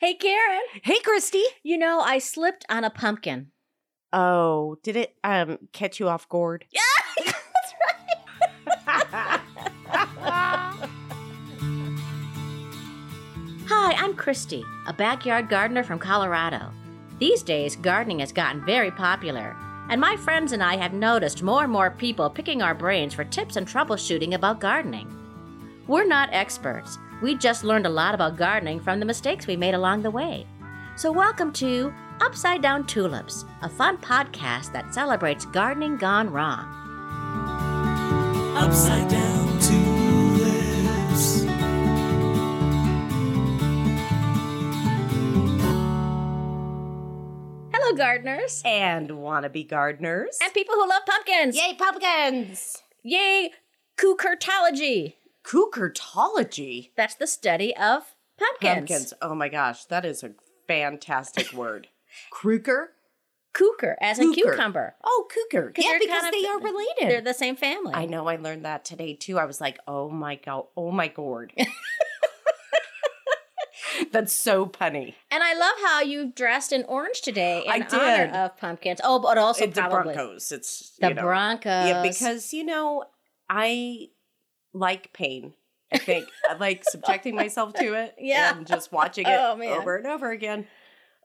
Hey, Karen. Hey, Christy. You know, I slipped on a pumpkin. Oh, did it um catch you off guard? Yeah, that's right. Hi, I'm Christy, a backyard gardener from Colorado. These days, gardening has gotten very popular, and my friends and I have noticed more and more people picking our brains for tips and troubleshooting about gardening. We're not experts, we just learned a lot about gardening from the mistakes we made along the way. So, welcome to Upside Down Tulips, a fun podcast that celebrates gardening gone wrong. Upside down tulips. Hello, gardeners! And wannabe gardeners. And people who love pumpkins! Yay, pumpkins! Yay! Cucurtology! Cucurtology. That's the study of pumpkins. Pumpkins. Oh my gosh, that is a fantastic word. Kruger? Cucur, as in Cucur. cucumber. Oh, Cougar. 'Cause Yeah, they're because kind of- they are related. They're the same family. I know. I learned that today too. I was like, oh my god, oh my gourd. That's so punny. And I love how you dressed in orange today in I did. honor of pumpkins. Oh, but also it's the probably Broncos. It's the you know. Broncos. Yeah, because you know, I like pain. I think I like subjecting myself to it. Yeah. and just watching it Oh, man. over and over again.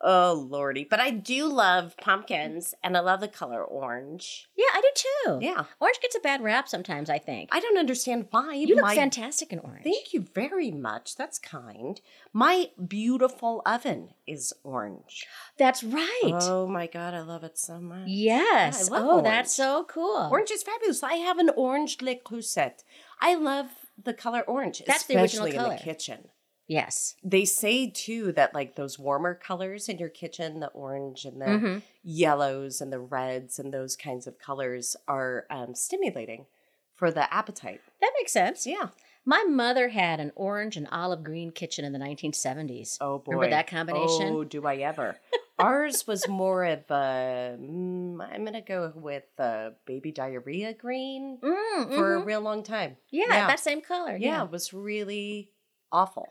Oh lordy! But I do love pumpkins, and I love the color orange. yeah, I do too. Yeah, Orange gets a bad rap sometimes. I think I don't understand why. you look my fantastic in orange. Thank you very much. That's kind. My beautiful oven is orange. That's right. Oh my god, I love it so much. yes. Yeah, I love oh, that's so cool. Orange is fabulous. I have an orange Le Creuset. I love the color orange, That's the original especially in color. the kitchen. Yes. They say too that like those warmer colors in your kitchen, the orange and the Mhm. yellows and the reds and those kinds of colors are um, stimulating for the appetite. That makes sense. Yeah. My mother had an orange and olive green kitchen in the 1970s. Oh boy. Remember that combination? Oh, do I ever. Ours was more of a, mm, I'm going to go with uh, baby diarrhea green Mm, for a mhm. real long time. yeah, yeah. that same color. Yeah, it was really awful.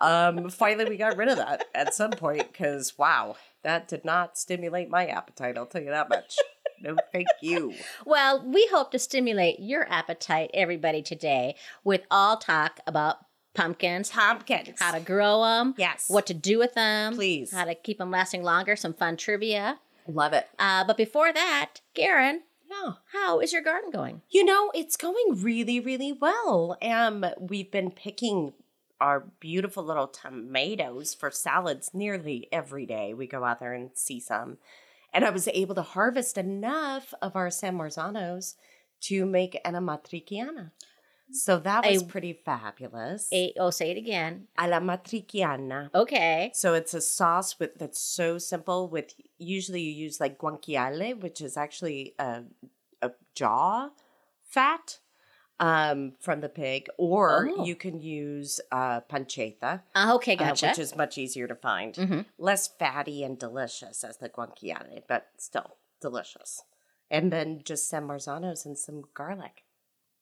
um, finally, we got rid of that at some point because, wow, that did not stimulate my appetite. I'll tell you that much. No, thank you. Well, we hope to stimulate your appetite, everybody, today with all talk about pumpkins, Pumpkins. how to grow them, yes. what to do with them, Please. how to keep them lasting longer, some fun trivia. Love it. Uh, but before that, Garen, Yeah. how is your garden going? You know, it's going really, really well. Um, we've been picking our beautiful little tomatoes for salads nearly every day. We go out there and see some. And I was able to harvest enough of our San Marzanos to make an amatriciana. So that was A- pretty fabulous. A- oh, say it again. a la matriciana. Okay. So it's a sauce with that's so simple. With usually you use like guanciale, which is actually a, a jaw fat um, from the pig, or Oh. you can use uh, pancetta, Uh, okay, uh, gotcha. which is much easier to find, Mhm. less fatty and delicious as the guanciale, but still delicious. And then just some marzanos and some garlic.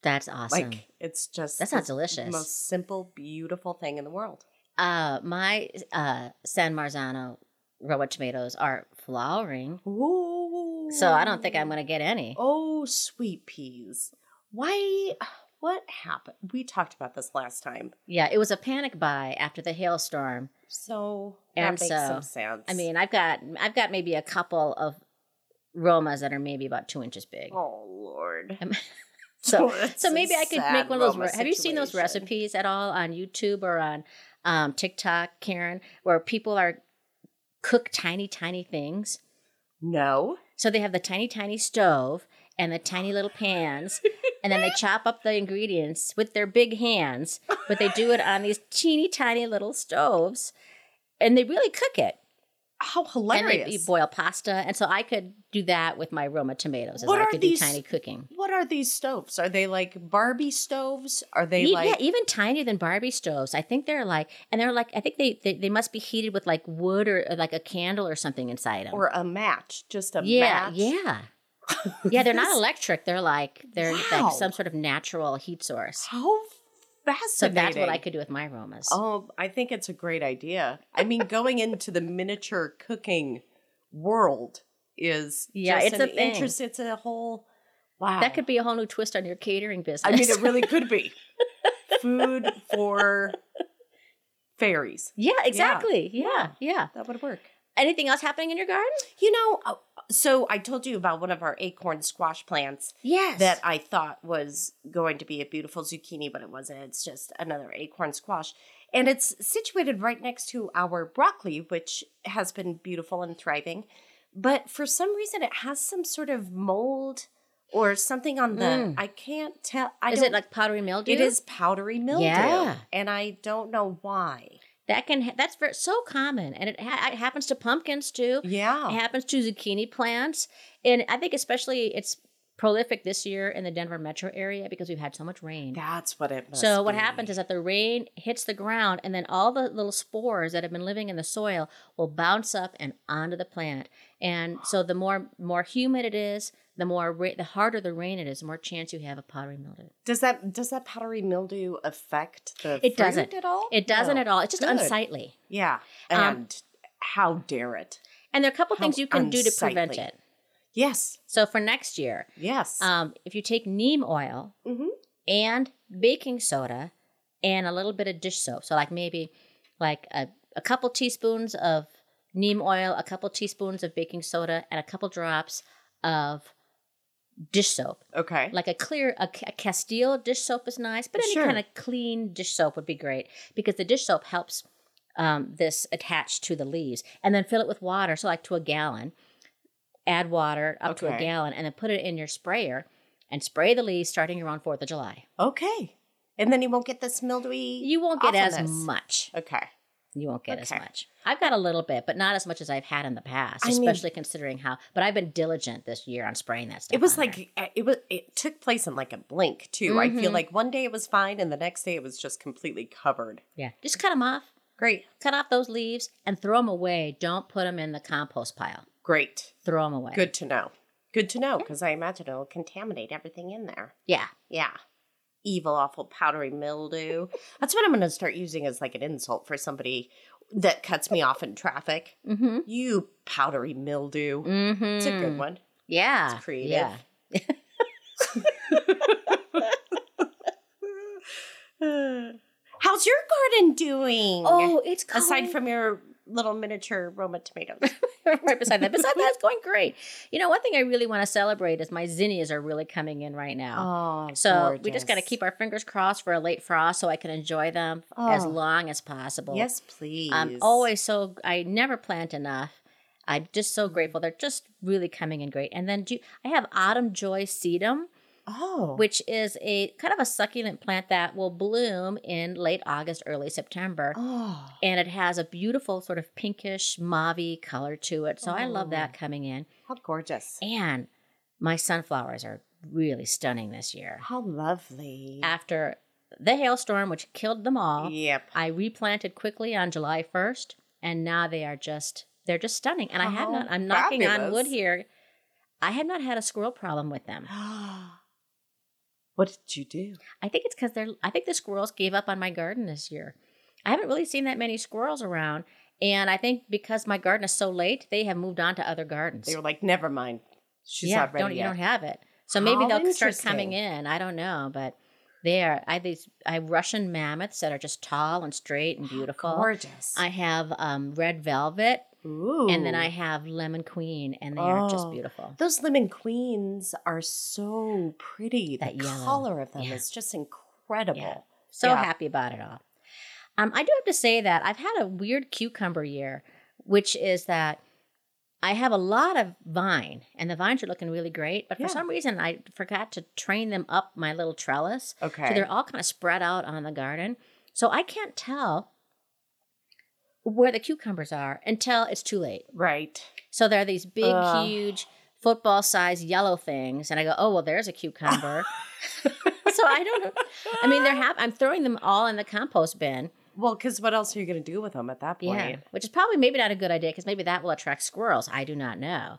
That's awesome. Like it's just That sounds the delicious. Most simple, beautiful thing in the world. uh, my uh, San Marzano roa tomatoes are flowering, Ooh. so I don't think I'm going to get any. Oh, sweet peas. Why? What happened? We talked about this last time. Yeah, it was a panic buy after the hailstorm. So that And makes so, some sense. I mean, I've got I've got maybe a couple of romas that are maybe about two inches big. oh Lord. Am- so- That's so maybe a I could sad make one of those. Roma Re- have you seen those situation. recipes at all on YouTube or on um, TikTok, Karen, where people are cook tiny, tiny things? No. So they have the tiny, tiny stove and the tiny little pans, and then they chop up the ingredients with their big hands, but they do it on these teeny, tiny little stoves, and they really cook it. How And they- hilarious! you boil pasta, and so I could do that with my Roma tomatoes. Is What I are could these- do tiny cooking. what are these stoves? Are they like Barbie stoves? Are they E- like? yeah, even tinier than Barbie stoves. I think they're like, and they're like, I think they they, they must be heated with like wood or, or like a candle or something inside them. Or a match? Just a yeah, match? yeah, yeah. They're not This- electric. They're like they're Wow. like some sort of natural heat source. How fascinating. So that's what I could do with my aromas. Oh, I think it's a great idea. I mean, going into the miniature cooking world is Yeah, just it's an a thing. interest. It's a whole wow. That could be a whole new twist on your catering business. I mean, it really could be food for fairies. yeah, exactly. Yeah, yeah, That would work. Anything else happening in your garden? You know, uh, so I told you about one of our acorn squash plants Yes. that I thought was going to be a beautiful zucchini, but it wasn't. It's just another acorn squash. And it's situated right next to our broccoli, which has been beautiful and thriving. But for some reason, it has some sort of mold or something on the. Mm. I can't tell. I is don't, it like powdery mildew? It is powdery mildew. Yeah. And I don't know why. That can ha- that's very, so common, and it, ha- it happens to pumpkins too. It Yeah. happens to zucchini plants, and I think especially it's prolific this year in the Denver metro area because we've had so much rain. That's what it must so what be. happens is that the rain hits the ground, and then all the little spores that have been living in the soil will bounce up and onto the plant. And so the more more humid it is, the more ra- the harder the rain it is, the more chance you have of powdery mildew. Does that does that powdery mildew affect the It fruit doesn't. at all? It doesn't No. at all. It's just Good. unsightly. Yeah. Um, And how dare it? And there are a couple How things you can do to prevent unsightly. it. Yes. So for next year, Yes. um, if you take neem oil Mhm. and baking soda and a little bit of dish soap, so like maybe like a, a couple teaspoons of neem oil, a couple teaspoons of baking soda, and a couple drops of dish soap. okay. Like a clear, a, a Castile dish soap is nice, but any Sure. kind of clean dish soap would be great because the dish soap helps um, this attach to the leaves. And then fill it with water, so like to a gallon. Add water up to a Okay. gallon, and then put it in your sprayer and spray the leaves starting around Fourth of July. okay. And then you won't get this mildewy. You won't get as awfulness. much. Okay. You won't get as Okay. much. I've got a little bit, but not as much as I've had in the past, I mean- especially considering how. But I've been diligent this year on spraying that stuff. It was on there. like eh, it was. It took place in like a blink too. I Mm-hmm. feel like one day it was fine, and the next day it was just completely covered. yeah, just cut them off. Great, cut off those leaves and throw them away. Don't put them in the compost pile. great, Throw them away. good to know. Good to know because I imagine it'll contaminate everything in there. Yeah. Yeah. Evil, awful, powdery mildew. That's what I'm going to start using as like an insult for somebody that cuts me off in traffic. Mm-hmm. You powdery mildew. Mm-hmm. It's a good one. Yeah. It's creative. Yeah. How's your garden doing? Oh, it's going, aside from your little miniature Roma tomatoes. right beside that. Beside that, it's going great. You know, one thing I really want to celebrate is my zinnias are really coming in right now. Oh, so we just got to keep our fingers crossed for a late frost so I can enjoy them as Oh. long as possible. Yes, please. I'm always so I never plant enough. I'm just Mm-hmm. so grateful. They're just really coming in great. And then do I have autumn joy sedum. Oh, which is a kind of a succulent plant that will bloom in late August, early September. oh, And it has a beautiful sort of pinkish, mauvey color to it. So I love Oh. that coming in. how gorgeous! And my sunflowers are really stunning this year. How lovely! After the hailstorm, which killed them all, Yep. I replanted quickly on July 1st. And now they are just, they're just stunning. And I have How not, I'm knocking on fabulous. wood here. I have not had a squirrel problem with them. what did you do? I think it's because they're. I think the squirrels gave up on my garden this year. I haven't really seen that many squirrels around, and I think because my garden is so late, they have moved on to other gardens. They were like, never mind. She's yeah, not ready don't yet. you don't have it, so maybe How they'll start coming interesting. in. I don't know, but they are. I have these. I have Russian mammoths that are just tall and straight and beautiful. Gorgeous. I have um, red velvet, Ooh. and then I have lemon queen, and they are just Oh. beautiful. Those lemon queens are so pretty. That the yellow. color of them Yeah. is just incredible. Yeah. So Yeah. happy about it all. Um, I do have to say that I've had a weird cucumber year, which is that I have a lot of vine, and the vines are looking really great. But for Yeah. some reason, I forgot to train them up my little trellis, Okay. so they're all kind of spread out on the garden. So I can't tell where the cucumbers are until it's too late. right. So there are these big, Ugh. huge football size yellow things, and I go, oh well, there's a cucumber. so I don't know. I mean, they're hap- I'm throwing them all in the compost bin. Well, because what else are you going to do with them at that point? Yeah, which is probably maybe not a good idea because maybe that will attract squirrels. I do not know.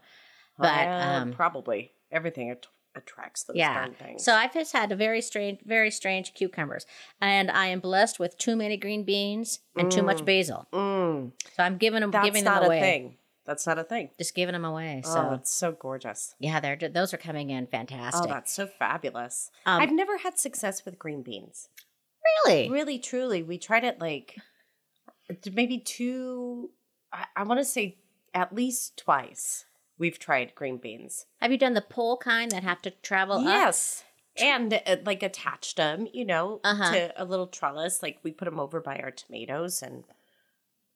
But, Uh, um, probably everything att- attracts those Yeah. darn things. So I've just had a very strange, very strange cucumbers, and I am blessed with too many green beans and too much basil. Mm, So I'm giving them, that's giving them not away. a thing. That's not a thing. Just giving them away. So oh, it's so gorgeous. yeah, they're those are coming in Oh, fantastic. that's so fabulous. Um, I've never had success with green beans. really? Really, truly, we tried it like t- maybe two. I, I want to say at least twice. We've tried green beans. Have you done the pole kind that have to travel up? yes, and uh, like attached them, you know, Uh-huh. to a little trellis. Like we put them over by our tomatoes, and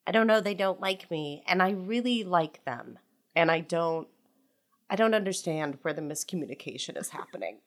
I don't know. They don't like me, and I really like them, and I don't. I don't understand where the miscommunication is happening.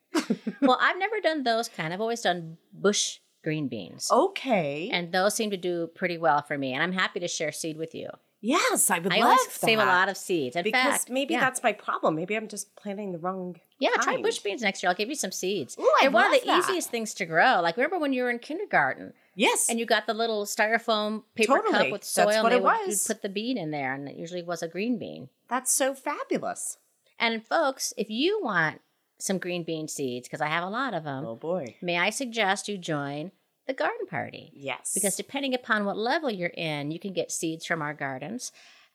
Well, I've never done those kind. I've always done bush green beans. Oh. Okay. And those seem to do pretty well for me. And I'm happy to share seed with you. yes, I would I love always save a that. lot of seeds. In because fact, maybe yeah. that's my problem. Maybe I'm just planting the wrong. Yeah, try kind. bush beans next year. I'll give you some seeds. Ooh, I They're one of love the that. easiest things to grow. Like remember when you were in kindergarten Yes, and you got the little styrofoam paper cup Totally. with That's soil what and they it would, was. you'd put the bean in there and it usually was a green bean. that's so fabulous. And folks, if you want some green bean seeds because I have a lot of them, Oh boy, may I suggest you join the garden party? yes, because depending upon what level you're in, you can get seeds from our gardens.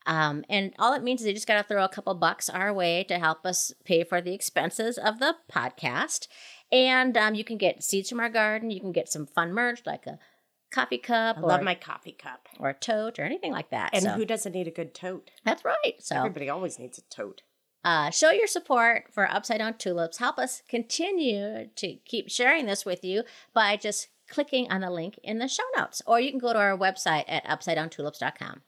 Um, and all it means is you just got to throw a couple bucks our way to help us pay for the expenses of the podcast. And um, you can get seeds from our garden. You can get some fun merch like a coffee cup I or, love my coffee cup. or a tote or anything like that. And so who doesn't need a good tote? that's right. So Everybody always needs a tote. uh, show your support for Upside Down Tulips. Help us continue to keep sharing this with you by just clicking on the link in the show notes, or you can go to our website at upsidedowntulips.com.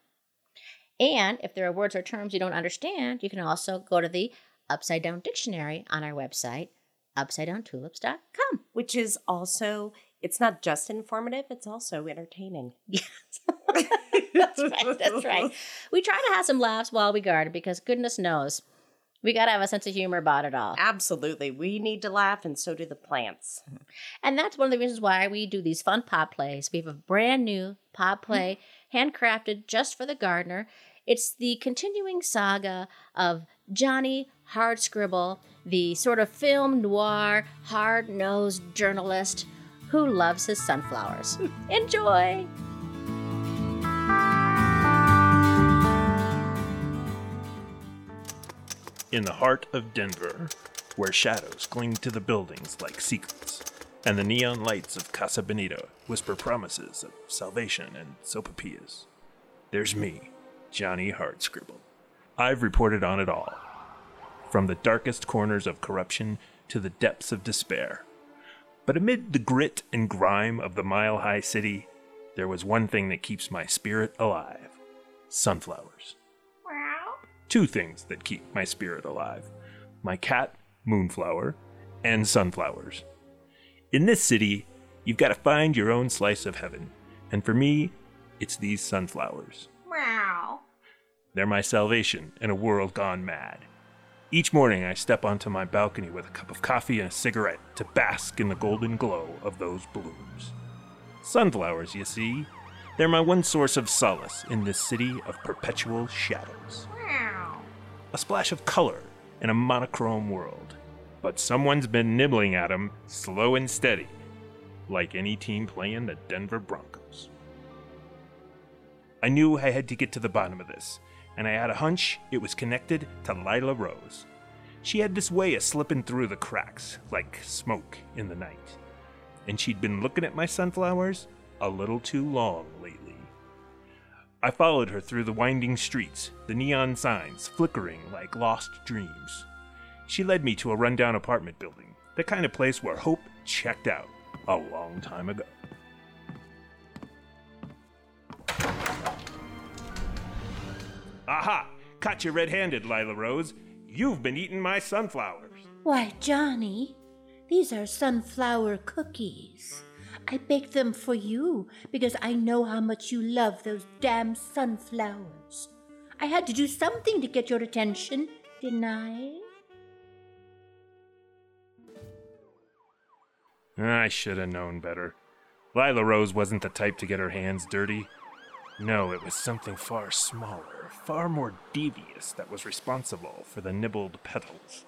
And if there are words or terms you don't understand, you can also go to the Upside Down Dictionary on our website, upsidedowntulips.com. which is also it's not just informative it's also entertaining Yes. that's right. That's right. We try to have some laughs while we garden because goodness knows we got to have a sense of humor about it all. absolutely we need to laugh and so do the plants And that's one of the reasons why we do these fun pod plays. We have a brand new pod play, handcrafted just for the gardener. It's the continuing saga of Johnny Hardscribble, the sort of film noir, hard nosed journalist who loves his sunflowers. Enjoy! In the heart of Denver, where shadows cling to the buildings like secrets, and the neon lights of Casa Bonita whisper promises of salvation and sopapillas, there's me, Johnny Hardscribble. I've reported on it all. From the darkest corners of corruption to the depths of despair. But amid the grit and grime of the mile high city, there was one thing that keeps my spirit alive sunflowers two things that keep my spirit alive my cat, Moonflower, and sunflowers. In this city, you've got to find your own slice of heaven, and for me, it's these sunflowers. They're my salvation in a world gone mad. Each morning, I step onto my balcony with a cup of coffee and a cigarette to bask in the golden glow of those blooms. Sunflowers, you see, they're my one source of solace in this city of perpetual shadows a splash of color in a monochrome world. But someone's been nibbling at 'em slow and steady, like any team playing the Denver Broncos. I knew I had to get to the bottom of this, and I had a hunch it was connected to Lila Rose. She had this way of slipping through the cracks, like smoke in the night. And she'd been looking at my sunflowers a little too long lately. I followed her through the winding streets, the neon signs flickering like lost dreams. She led me to a rundown apartment building, the kind of place where hope checked out a long time ago. Aha! Caught you red handed, Lila Rose. You've been eating my sunflowers. Why, Johnny, these are sunflower cookies. I baked them for you because I know how much you love those damn sunflowers. I had to do something to get your attention, didn't I? I should have known better. Lila Rose wasn't the type to get her hands dirty. No, it was something far smaller, far more devious that was responsible for the nibbled petals.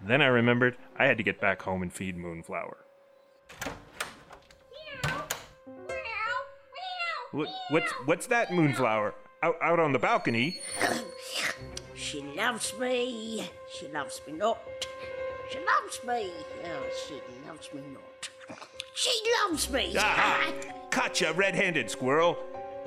Then I remembered I had to get back home and feed Moonflower. What, what's what's that moonflower out out on the balcony? She loves me. She loves me not. She loves me. Oh, she loves me not. She loves me. Aha! Gotcha, red-handed squirrel.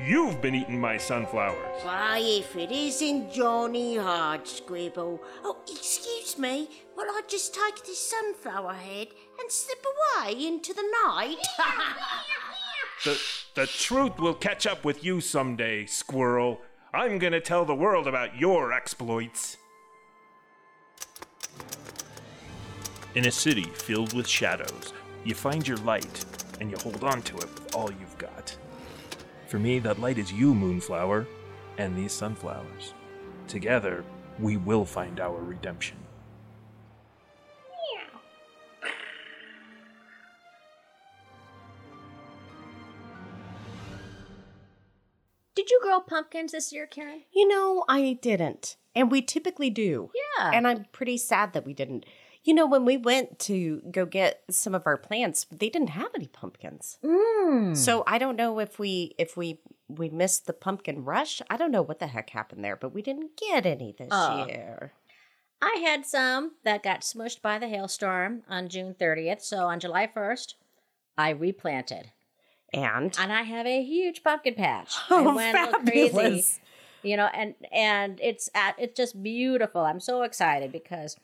You've been eating my sunflowers. Why, Ah, if it isn't Johnny Hardsquibble. Oh, excuse me, will I just take this sunflower head and slip away into the night? The the truth will catch up with you someday, squirrel. I'm gonna tell the world about your exploits. In a city filled with shadows, you find your light and you hold on to it with all you've got. For me, that light is you, Moonflower, and these sunflowers. Together, we will find our redemption. Did you grow pumpkins this year, Karen? You know, I didn't. And we typically do. Yeah. And I'm pretty sad that we didn't. You know, when we went to go get some of our plants, they didn't have any pumpkins. Hmm. So I don't know if we if we we missed the pumpkin rush. I don't know what the heck happened there, but we didn't get any this Oh. year. I had some that got smushed by the hailstorm on June 30th. So on July 1st, I replanted. And And I have a huge pumpkin patch. Oh, I went a little fabulous. You know, and and it's at it's just beautiful. I'm so excited because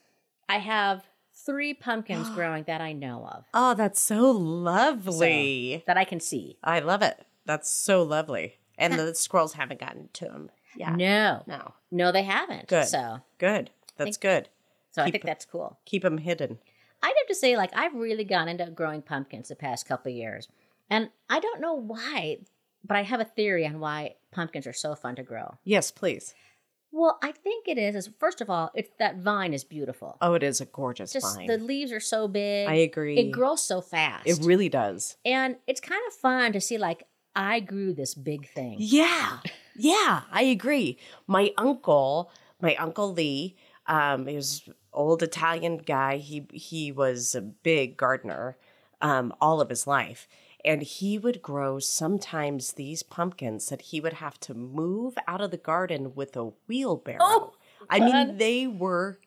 I have three pumpkins growing that I know of oh, that's so lovely. that I can see. I love it. That's so lovely. And the squirrels haven't gotten to them. Yeah. No, No. no, they haven't. Good. So, Good. That's good. so I Keep think it- that's cool. Keep them hidden. I'd have to say, like, I've really gone into growing pumpkins the past couple of years. And I don't know why, but I have a theory on why pumpkins are so fun to grow. Yes, please. Well, I think it is, is first of all, it's that vine is beautiful. Oh, it is a gorgeous Just vine. the leaves are so big. I agree. It grows so fast. It really does. and it's kind of fun to see, like, I grew this big thing. Yeah. Yeah, I agree. My uncle, my uncle Lee, um, he was an old Italian guy. He he was a big gardener um, all of his life. And he would grow sometimes these pumpkins that he would have to move out of the garden with a wheelbarrow. I mean, they were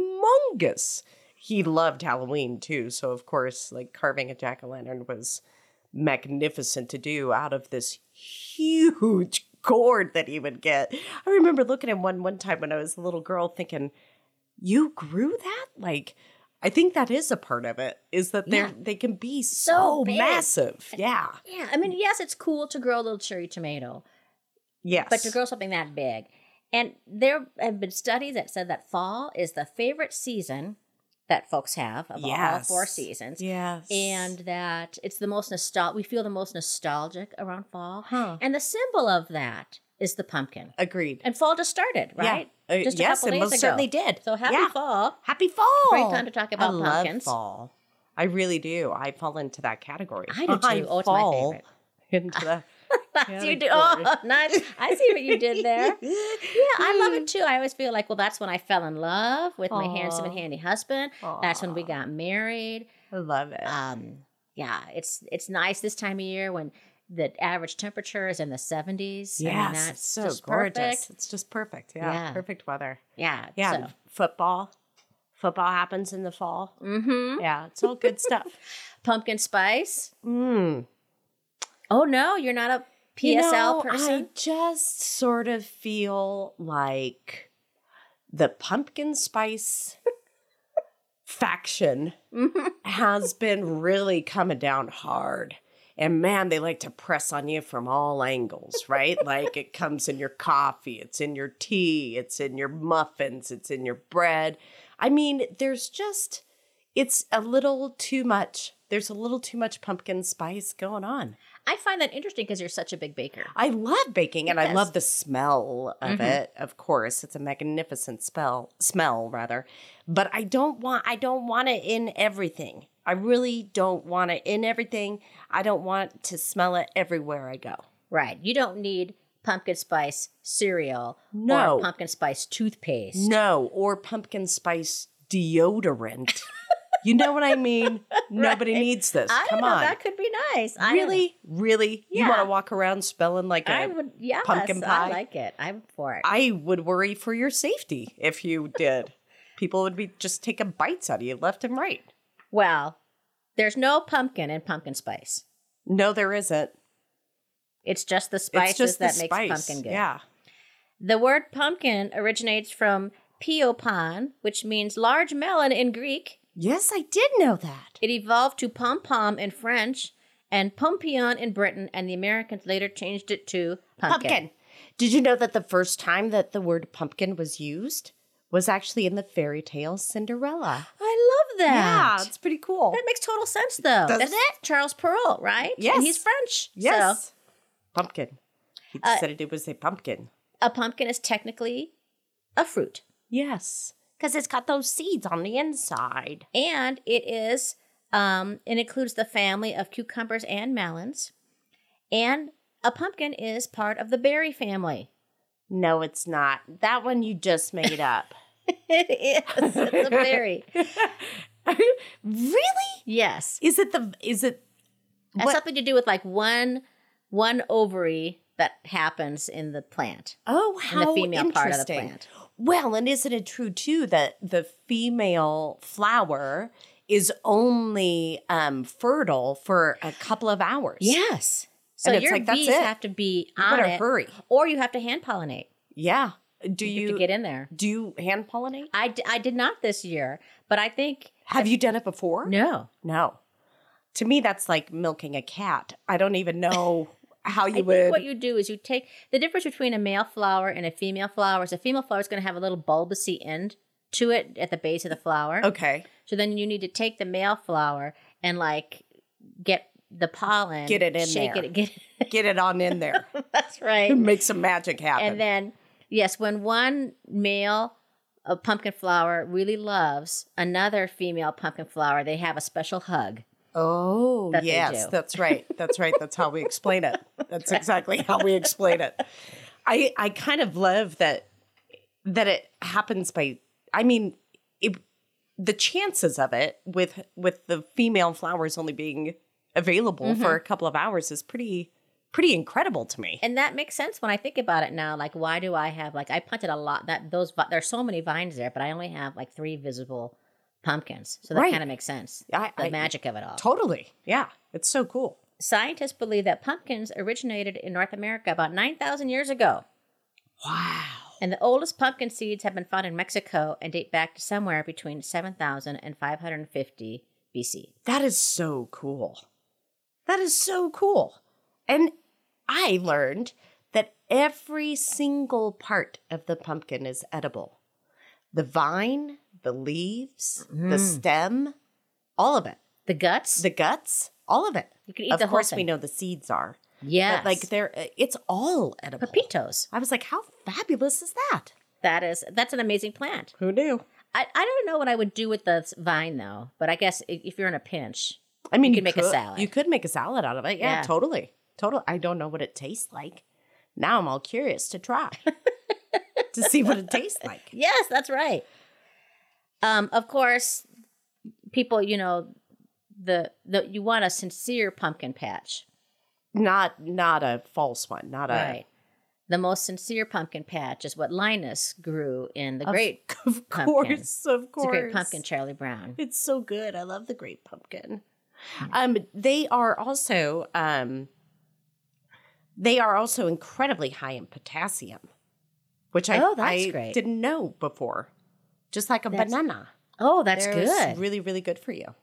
humongous. He loved Halloween too, so of course, like carving a jack o' lantern was magnificent to do out of this huge gourd that he would get. I remember looking at one one time when I was a little girl, thinking, "You grew that?" Like, I think that is a part of it is that they're they can be so, So big. massive. Yeah, Yeah. I mean, yes, it's cool to grow a little cherry tomato, yes, but to grow something that big. And there have been studies that said that fall is the favorite season that folks have of all Yes. four seasons. yes, And that it's the most nostalgic, we feel the most nostalgic around fall. Huh. And the symbol of that is the pumpkin. agreed. And fall just started, Yeah. right? Uh, just a yes, couple it days most ago. certainly did. So happy Yeah. fall. Happy fall! Great time to talk about I love pumpkins. fall. I really do. I fall into that category. I do too. oh, it's my fall favorite. Into the, That's you do. Oh, nice. I see what you did there. Yeah, I love it too. I always feel like, well, that's when I fell in love with my handsome and handy husband. That's when we got married. I love it. Um, yeah, it's it's nice this time of year when the average temperature is in the 70s. I mean, yes, that's it's so just gorgeous. perfect. It's just perfect. Yeah, Yeah. perfect weather. Yeah, Yeah, and football. Football happens in the fall. hmm Yeah, it's all good stuff. Pumpkin spice. Mm. Oh no, you're not a PSL You know, person. I just sort of feel like the pumpkin spice faction has been really coming down hard. And man, they like to press on you from all angles, right? like it comes in your coffee, it's in your tea, it's in your muffins, it's in your bread. I mean, there's just, it's a little too much. There's a little too much pumpkin spice going on. I find that interesting because you're such a big baker. I love baking and I Yes. Mm-hmm. love the smell of it, of course. It's a magnificent spell smell rather. But I don't want I don't want it in everything. I really don't want it in everything. I don't want to smell it everywhere I go. Right. You don't need pumpkin spice cereal No. or pumpkin spice toothpaste. No, or pumpkin spice deodorant. you know what I mean? Nobody Right. needs this. I Come don't know. on. That could be nice. I don't know. really? Really? You want Yeah. to walk around smelling like a I would. Yes, pumpkin I pie? like it. I'm for it. I would worry for your safety if you did. People would be just taking bites out of you left and right. well, there's no pumpkin in pumpkin spice. No, there isn't. It's just the spices It's just the that makes spice. pumpkin good. Yeah. The word pumpkin originates from piopan, which means large melon in Greek. Yes, I did know that. It evolved to pom pom in French and pompion in Britain, and the Americans later changed it to pumpkin. Pumpkin. Did you know that the first time that the word pumpkin was used was actually in the fairy tale Cinderella? I love that. Yeah, it's pretty cool. That makes total sense, though. Doesn't That's it? Charles Perrault, right? Yes. And he's French. Yes. So Pumpkin. He Uh, said it was a pumpkin. a pumpkin is technically a fruit, Yes. Because it's got those seeds on the inside. and it is. Um, it includes the family of cucumbers and melons, and a pumpkin is part of the berry family. No, it's not. That one you just made up. it is. It's a berry. really? yes. Is it the is it That's What- something to do with like one one ovary that happens in the plant. Oh, And the how female interesting. part of the plant. Well, and isn't it true too that the female flower is only um, fertile for a couple of hours? Yes. So And it's your like, that's bees it. have to be You on better it, hurry. or you have to hand pollinate. Yeah. Do You, you, have to get in there. do you hand pollinate? I, d- I did not this year, but I think Have you done it before? no. No. To me, that's like milking a cat. I don't even know how I you think would. what you do is you take the difference between a male flower and a female flower is a female flower is going to have a little bulbousy end to it at the base of the flower. okay. So then you need to take the male flower and like get the pollen, Get it in shake there. it, get Get it on in there. that's right. Make some magic happen. And then, yes, when one male uh, pumpkin flower really loves another female pumpkin flower, they have a special hug. Oh, that they yes, do. that's right. That's right. That's how we explain it. That's exactly how we explain it. I I kind of love that that it happens by I mean, it the chances of it with with the female flowers only being available Mm-hmm. for a couple of hours is pretty pretty incredible to me. And that makes sense when I think about it now. Like, why do I have like I planted a lot that those vi- there's so many vines there, but I only have like three visible pumpkins. So that Right. kind of makes sense. I- the I- magic of it all. Totally. Yeah. It's so cool. Scientists believe that pumpkins originated in North America about 9,000 years ago. Wow. And the oldest pumpkin seeds have been found in Mexico and date back to somewhere between 7,000 and 550 BC. That is so cool. That is so cool. And I learned that every single part of the pumpkin is edible the vine, the leaves, the stem, all of it, The guts? the guts, all of it. You can eat of the whole course, we thing. know the seeds are. yes. But like they're, uh, it's all edible. pepitos. I was like, how fabulous is that? That is that's an amazing plant. Who knew? I, I don't know what I would do with the s- vine though, but I guess i- if you're in a pinch, I mean, You could make a salad. You could make a salad out of it. Yeah, Yeah. totally. Totally. I don't know what it tastes like. Now I'm all curious to try to see what it tastes like. yes, that's right. Um, of course, people, you know, the, the you want a sincere pumpkin patch, Not not a false one. Not a right? The most sincere pumpkin patch is what Linus grew in the Of- great Of Pumpkin. course, of It's a course. great pumpkin, Charlie Brown. It's so good. I love the great pumpkin. Mm. Um, they are also um, they are also incredibly high in potassium, which I, Oh, that's I great. didn't know before. Just like a That's- banana. Oh, that's They're good. Really, really good for you.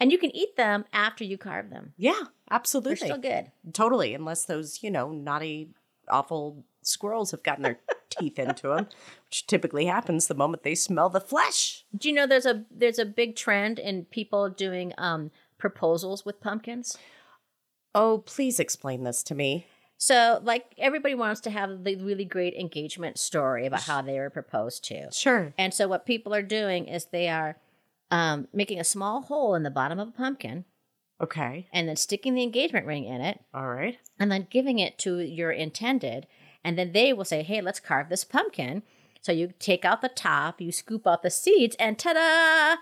and you can eat them after you carve them. Yeah, They're absolutely. still good. Totally, unless those, you know, naughty, awful squirrels have gotten their teeth into them, which typically happens the moment they smell the flesh. Do you know there's a there's a big trend in people doing um proposals with pumpkins? Oh, please explain this to me. So, like, everybody wants to have the really great engagement story about how they were proposed to. Sure. And so, what people are doing is they are um, making a small hole in the bottom of a pumpkin Okay. and then sticking the engagement ring in it All right. and then giving it to your intended. And then they will say, Hey, let's carve this pumpkin. So you take out the top, you scoop out the seeds, and ta-da!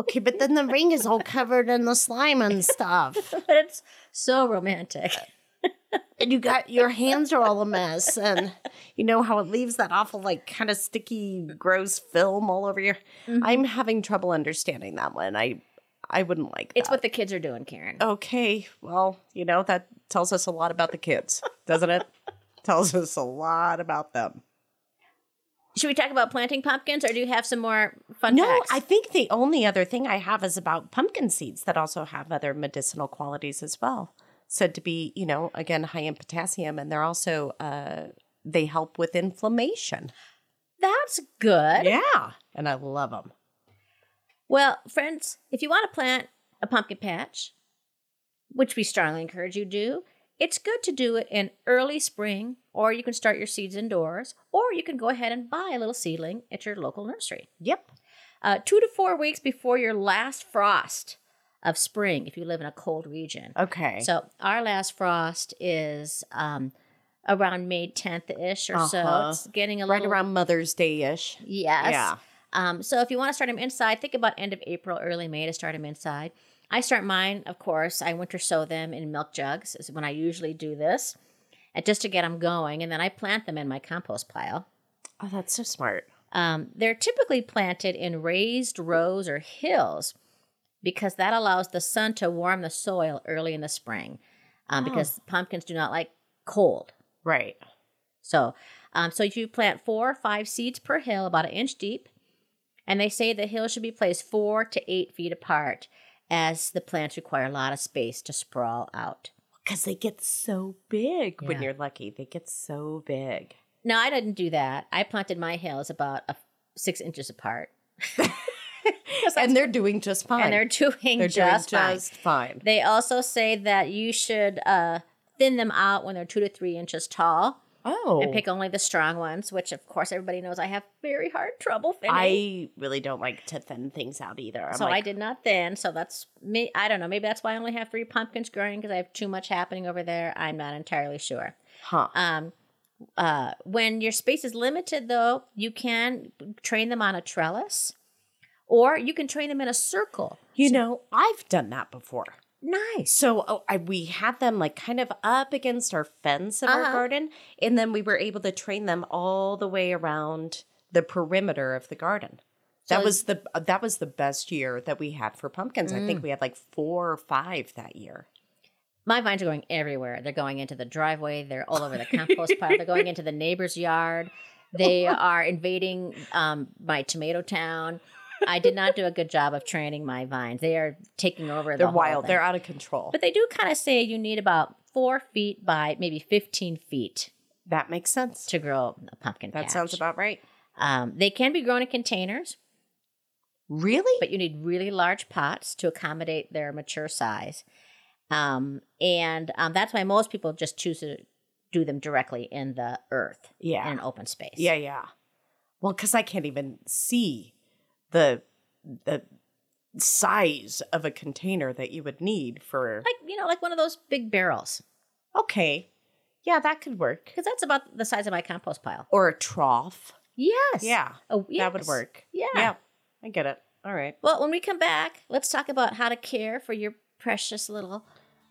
Okay, but then the ring is all covered in the slime and stuff. But it's so romantic. And you got your hands are all a mess. And you know how it leaves that awful, like, kind of sticky, gross film all over your. I'm having trouble understanding that one. I I wouldn't like that. It's what the kids are doing, Karen. okay, well, you know that tells us a lot about the kids, doesn't it? tells us a lot about them. Should we talk about planting pumpkins, or do you have some more fun No, facts? I think the only other thing I have is about pumpkin seeds that also have other medicinal qualities as well. Said to be, you know, again high in potassium, and they're also uh, they help with inflammation. That's good. Yeah, and I love them. Well, friends, if you want to plant a pumpkin patch, which we strongly encourage you do, it's good to do it in early spring, or you can start your seeds indoors, or you can go ahead and buy a little seedling at your local nursery. Yep. Uh, two to four weeks before your last frost of spring, if you live in a cold region. Okay. So our last frost is um, around May 10th ish or so. Uh-huh. It's getting a right little around Mother's Day ish. Yes. Yeah. Um, so if you want to start them inside, think about end of April, early May to start them inside. I start mine, of course. I winter sow them in milk jugs is when I usually do this, and just to get them going, and then I plant them in my compost pile. Oh, that's so smart. Um, they're typically planted in raised rows or hills because that allows the sun to warm the soil early in the spring. Um, Because pumpkins do not like cold. Right. So, um, so if you plant four or five seeds per hill, about an inch deep, and they say the hills should be placed four to eight feet apart, as the plants require a lot of space to sprawl out. Because they get so big when Yeah. you're lucky. They get so big. Now, I didn't do that. I planted my hills about a, six inches apart, And they're doing just fine. and they're doing They're just doing fine. just fine. They also say that you should uh, thin them out when they're two to three inches tall Oh. and pick only the strong ones, which, of course, everybody knows I have very hard trouble thinning. I really don't like to thin things out either. I'm so like, I did not then. So that's me. I don't know. Maybe that's why I only have three pumpkins growing because I have too much happening over there. I'm not entirely sure. huh. Um, uh, when your space is limited, though, you can train them on a trellis, or you can train them in a circle. You know, I've done that before. Nice. So oh, I, we had them like kind of up against our fence in Uh-huh. our garden, and then we were able to train them all the way around the perimeter of the garden. That So- was the uh, that was the best year that we had for pumpkins. I Mm. think we had like four or five that year. My vines are going everywhere. They're going into the driveway. They're all over the compost pile. They're going into the neighbor's yard. They are invading um, my tomato town. I did not do a good job of training my vines. They are taking over. They're the whole wild. thing. They're out of control. But they do kind of say you need about four feet by maybe 15 feet that makes sense. to grow a pumpkin that patch. sounds about right. Um, they can be grown in containers, Really? but you need really large pots to accommodate their mature size. Um, and um, that's why most people just choose to do them directly in the earth yeah. in an open space. Yeah, yeah. Well, because I can't even see the the size of a container that you would need for. Like, you know, like one of those big barrels, Okay, yeah, that could work. because that's about the size of my compost pile. Or a trough. Yes. Yeah, Oh, that would yes. work. yeah. yeah, I get it. All right. Well, when we come back, let's talk about how to care for your precious little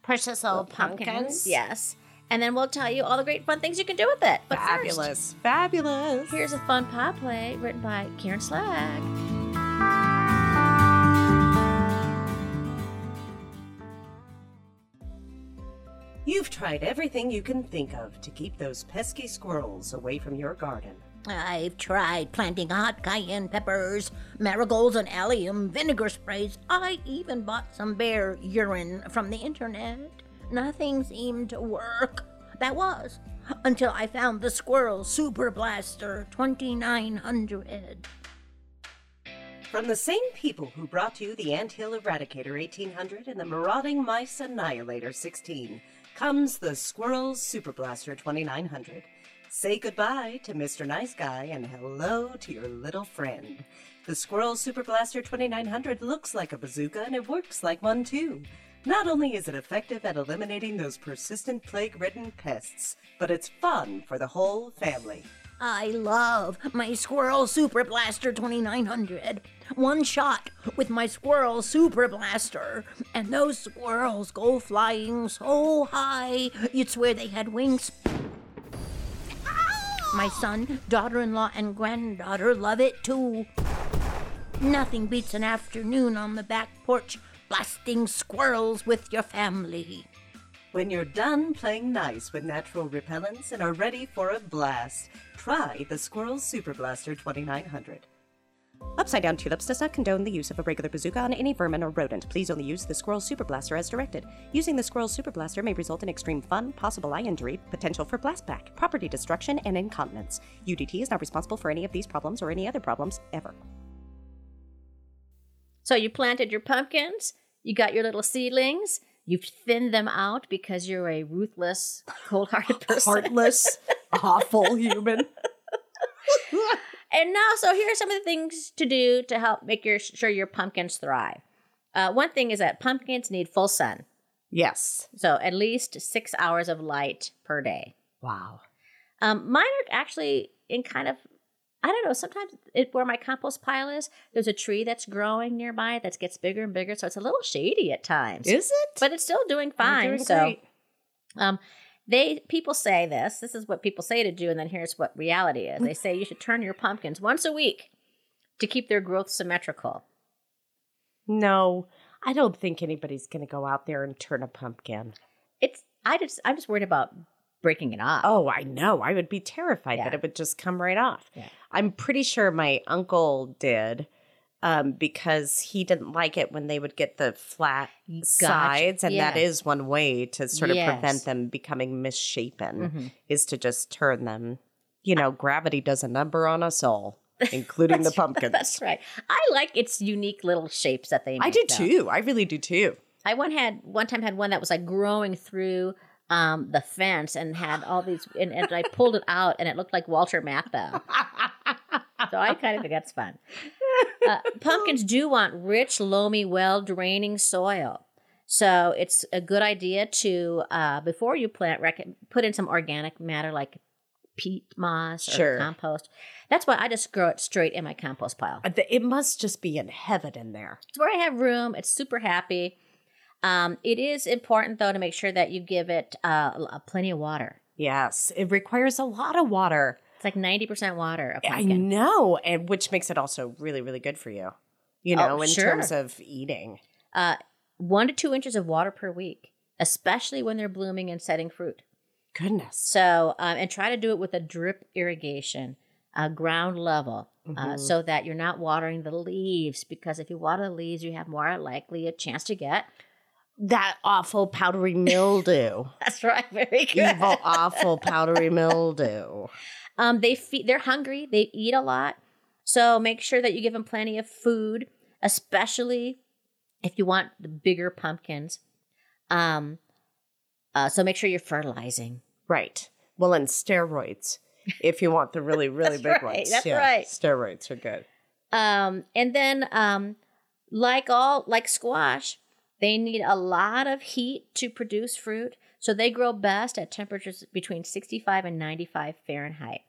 precious little old pumpkins. Yes. And then we'll tell you all the great fun things you can do with it. But first, Fabulous. Fabulous. here's a fun pie play written by Karen Slag. You've tried everything you can think of to keep those pesky squirrels away from your garden. I've tried planting hot cayenne peppers, marigolds, and allium vinegar sprays. I even bought some bear urine from the internet. Nothing seemed to work. That was until I found the Squirrel Super Blaster 2900. From the same people who brought you the Anthill Eradicator 1800 and the Marauding Mice Annihilator 16 comes the Squirrel Super Blaster 2900. Say goodbye to Mr. Nice Guy and hello to your little friend. The Squirrel Super Blaster 2900 looks like a bazooka and it works like one too. Not only is it effective at eliminating those persistent plague ridden pests, but it's fun for the whole family. I love my Squirrel Super Blaster 2900. One shot with my Squirrel Super Blaster, and those squirrels go flying so high, you'd swear they had wings. My son, daughter in law, and granddaughter love it too. Nothing beats an afternoon on the back porch blasting squirrels with your family. When you're done playing nice with natural repellents and are ready for a blast, try the Squirrel Super Blaster 2900. Upside Down Tulips does not condone the use of a regular bazooka on any vermin or rodent. Please only use the Squirrel Super Blaster as directed. Using the Squirrel Super Blaster may result in extreme fun, possible eye injury, potential for blastback, property destruction, and incontinence. UDT is not responsible for any of these problems or any other problems ever. So you planted your pumpkins, you got your little seedlings, you've thinned them out because you're a ruthless, cold hearted person. Heartless, awful human. And now, so here are some of the things to do to help make your, sure your pumpkins thrive. Uh, one thing is that pumpkins need full sun, Yes. so at least six hours of light per day. Wow. Um, mine are actually in kind of, I don't know, sometimes it, where my compost pile is, there's a tree that's growing nearby that gets bigger and bigger, so it's a little shady at times. Is it? Oh, but it's still doing fine. doing so, great. um, they people say this. This is what people say to do, and then here's what reality is. They say you should turn your pumpkins once a week to keep their growth symmetrical. No, I don't think anybody's going to go out there and turn a pumpkin. It's I just I'm just worried about breaking it off. Oh, I know. I would be terrified that Yeah. it would just come right off. Yeah. I'm pretty sure my uncle did um, because he didn't like it when they would get the flat sides. And that Yeah. is one way to sort of prevent Yes. them becoming misshapen Mhm. is to just turn them. You know, gravity does a number on us all, including the pumpkins. That's right. I like its unique little shapes that they. I make, do though. too. I really do too. I one had one time had one that was like growing through um the fence and had all these and, and I pulled it out and it looked like Walter Matthau. so I kind of think that's fun. Uh, pumpkins do want rich, loamy, well draining soil. So it's a good idea to uh, before you plant, rec- put in some organic matter like peat moss or Sure. compost. That's why I just grow it straight in my compost pile. Uh, the- It must just be in heaven in there. It's where I have room. It's super happy. Um, it is important though to make sure that you give it uh, l- plenty of water. Yes, it requires a lot of water. It's like ninety percent water. A I pumpkin. know, and which makes it also really, really good for you. You Oh, know, in sure. terms of eating. Uh, one to two inches of water per week, especially when they're blooming and setting fruit. Goodness. So, um, and try to do it with a drip irrigation, uh, ground level, uh, Mhm. so that you're not watering the leaves. Because if you water the leaves, you have more likely a chance to get. That awful powdery mildew. That's right. Very good. Evil, awful powdery mildew. Um, they feed. They're hungry. They eat a lot. So make sure that you give them plenty of food, especially if you want the bigger pumpkins. Um, uh, so make sure you're fertilizing. Right. Well, and steroids, if you want the really, really That's big right, ones. that's right. Steroids are good. Um, and then, um, like all like squash, they need a lot of heat to produce fruit. So they grow best at temperatures between 65 and 95 Fahrenheit.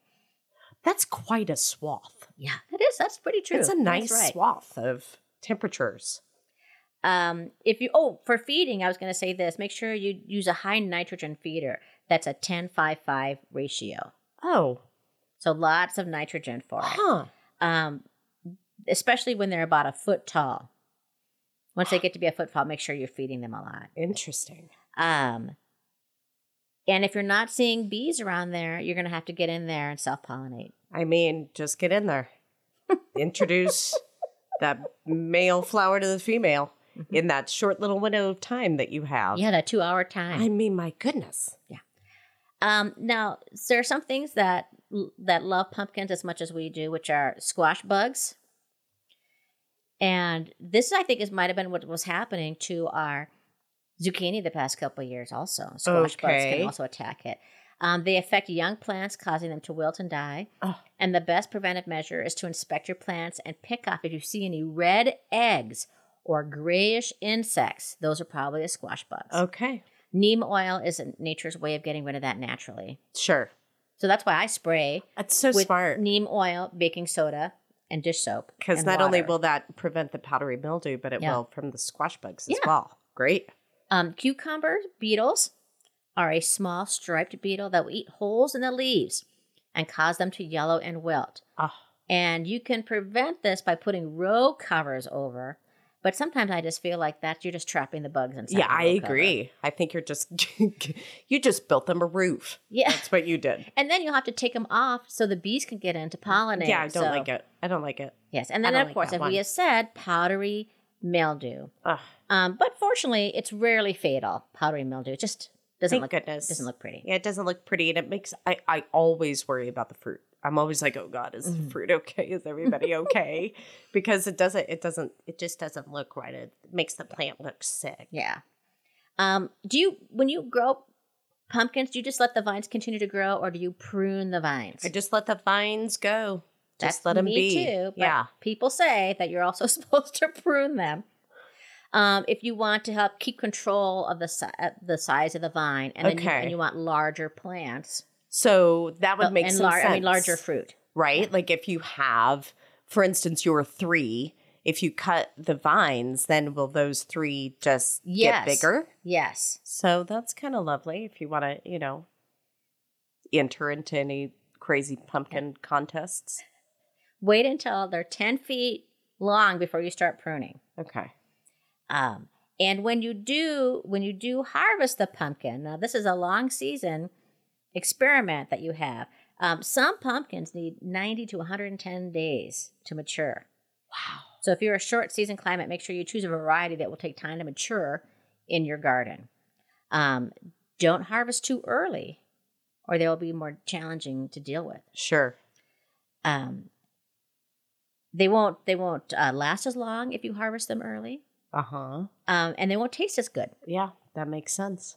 That's quite a swath. Yeah, that is. That's pretty true. It's a That's nice right. swath of temperatures. Um, if you oh for feeding, I was going to say this: make sure you use a high nitrogen feeder. That's a 10-5-5 ratio. Oh, So lots of nitrogen for it, huh. um, especially when they're about a foot tall. Once they get to be a foot tall, make sure you're feeding them a lot. Interesting. Um, and if you're not seeing bees around there, you're going to have to get in there and self pollinate. I mean, just get in there. Introduce that male flower to the female in that short little window of time that you have. Mm-hmm. Yeah, that two hour time. I mean, my goodness. Um, now there are some things that that love pumpkins as much as we do, which are squash bugs. And this, I think, is might have been what was happening to our zucchini the past couple of years. Also, squash bugs Okay. can also attack it. Um, they affect young plants, causing them to wilt and die. Oh. And the best preventive measure is to inspect your plants and pick off if you see any red eggs or grayish insects. Those are probably the Oh. squash bugs. Okay. Neem oil is nature's way of getting rid of that naturally. Sure. So that's why I spray That's so with smart. neem oil, baking soda, and dish soap. Because and not only water. will that prevent the powdery mildew, but it Yeah. will from the squash bugs as Yeah. well. Great. um, cucumber beetles are a small striped beetle that will eat holes in the leaves and cause them to yellow and wilt. Ah. And you can prevent this by putting row covers over. But sometimes I just feel like that you're just trapping the bugs inside. yeah, the I row cover. agree. I think you're just you just built them a roof. Yeah, That's what you did. and then you'll have to take them off so the bees can get in to pollinate. yeah, I don't So- like it. I don't like it. Yes, and then don't of like course, that as one. we have said, powdery mildew. Ugh. Um, but fortunately, it's rarely fatal. Powdery mildew it just doesn't Thank look goodness. doesn't look pretty. Yeah, it doesn't look pretty, and it makes I I always worry about the fruit. I'm always like, oh God, is Mm-hmm. the fruit okay? Is everybody okay? because it doesn't. It doesn't. It just doesn't look right. It makes the plant look sick. Yeah. Um, do you when you grow pumpkins, do you just let the vines continue to grow, or do you prune the vines? I just let the vines go. Just That's let them me be. Too, but yeah. People say that you're also supposed to prune them. Um, if you want to help keep control of the si- uh, the size of the vine, and then you, Okay. and you want larger plants, So that would Oh, make and some lar- sense. I mean, larger fruit. right? Like if you have, for instance, your three. If you cut the vines, then will those three just Yes. get bigger? Yes, So that's kind of lovely. If you want to, you know, enter into any crazy pumpkin contests. wait until they're ten feet long before you start pruning. Okay. Um, and when you do, when you do harvest the pumpkin, now this is a long season experiment that you have. Um, some pumpkins need 90 to 110 days to mature. Wow. So if you're a short season climate, make sure you choose a variety that will take time to mature in your garden. Um, don't harvest too early, or they will be more challenging to deal with Sure. um, they won't they won't uh, last as long if you harvest them early, Uh huh. um, and they won't taste as good. Yeah, that makes sense.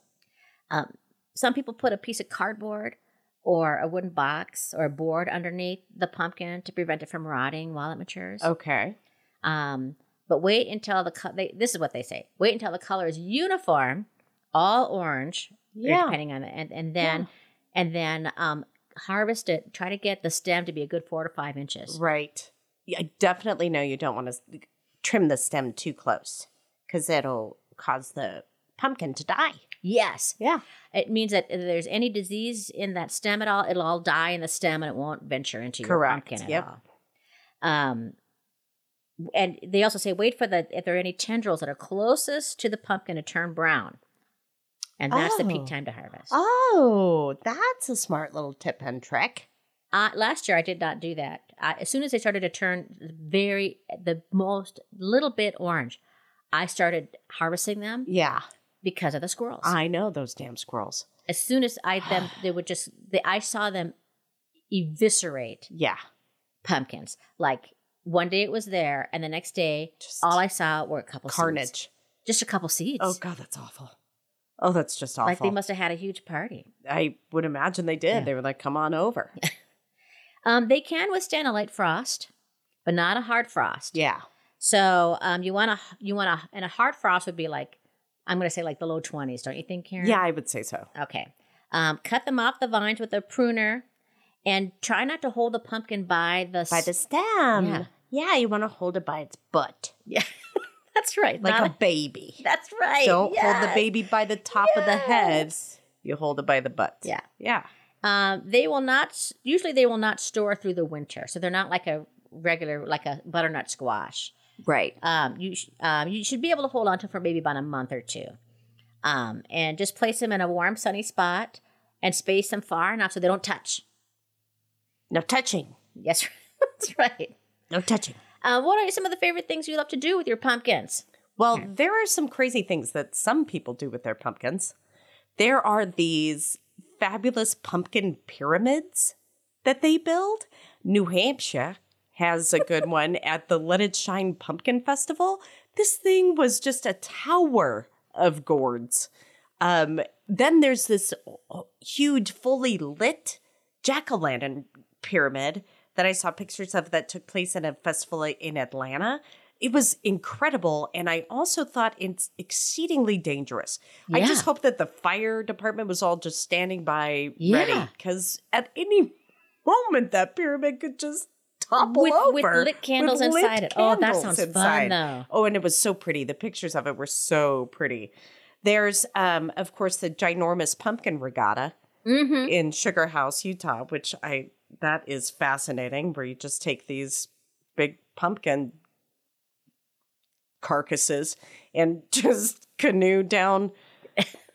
Um, some people put a piece of cardboard or a wooden box or a board underneath the pumpkin to prevent it from rotting while it matures. Okay. Um, but wait until the co- they, this is what they say. Wait until the color is uniform, all orange, or Yeah. depending on it, and, and then and then um, harvest it. Try to get the stem to be a good four to five inches. Right. Yeah, I definitely know you don't want to trim the stem too close because it'll cause the pumpkin to die. Yes. Yeah. It means that if there's any disease in that stem at all, it'll all die in the stem and it won't venture into your Correct. pumpkin at Yep. all. Um, and they also say wait for the if there are any tendrils that are closest to the pumpkin to turn brown, and that's the Oh. peak time to harvest. Oh, that's a smart little tip and trick. Uh, last year I did not do that. I, as soon as they started to turn very the most little bit orange, I started harvesting them Yeah. because of the squirrels. I know those damn squirrels. as soon as I them they would just they, I saw them eviscerate Yeah. pumpkins. Like one day it was there, and the next day Just all I saw were a couple carnage. seeds. just a couple seeds. Oh god, that's awful. Oh, that's just awful. like they must have had a huge party. I would imagine they did. They were like, "Come on over." Um, they can withstand a light frost, but not a hard frost. yeah. So um, you want to you want to and a hard frost would be like I'm going to say like the low twenties, don't you think, Karen? Yeah, I would say so. Okay. Um, cut them off the vines with a pruner, and try not to hold the pumpkin by the By s- the stem. Yeah. Yeah, you want to hold it by its butt, That's right. like not a baby. That's right. Don't hold the yes. baby by the top of the head. You hold it by the butt. Yeah. Yeah. Um, they will not. Usually, they will not store through the winter, so they're not like a regular, like a butternut squash. Right. Um, you sh- um, you should be able to hold on to for maybe about a month or two, um, and just place them in a warm, sunny spot and space them far enough so they don't touch. No touching. Yes, that's right. No touching. Uh, what are some of the favorite things you love to do with your pumpkins? Well, there are some crazy things that some people do with their pumpkins. There are these fabulous pumpkin pyramids that they build. New Hampshire has a good one at the Let It Shine Pumpkin Festival. This thing was just a tower of gourds. Um, then there's this uh, huge, fully lit jack o' lantern pyramid that I saw pictures of that took place in a festival in Atlanta. it was incredible. And I also thought it's exceedingly dangerous. I Yeah. just hope that the fire department was all just standing by Yeah. ready because at any moment that pyramid could just topple With- over with lit candles inside it. Oh, that candles sounds fun, though. Oh, and it was so pretty. The pictures of it were so pretty. There's, um, of course, the ginormous pumpkin regatta Mm-hmm. in Sugar House, Utah, which I that is fascinating. Where you just take these big pumpkin carcasses and just canoe down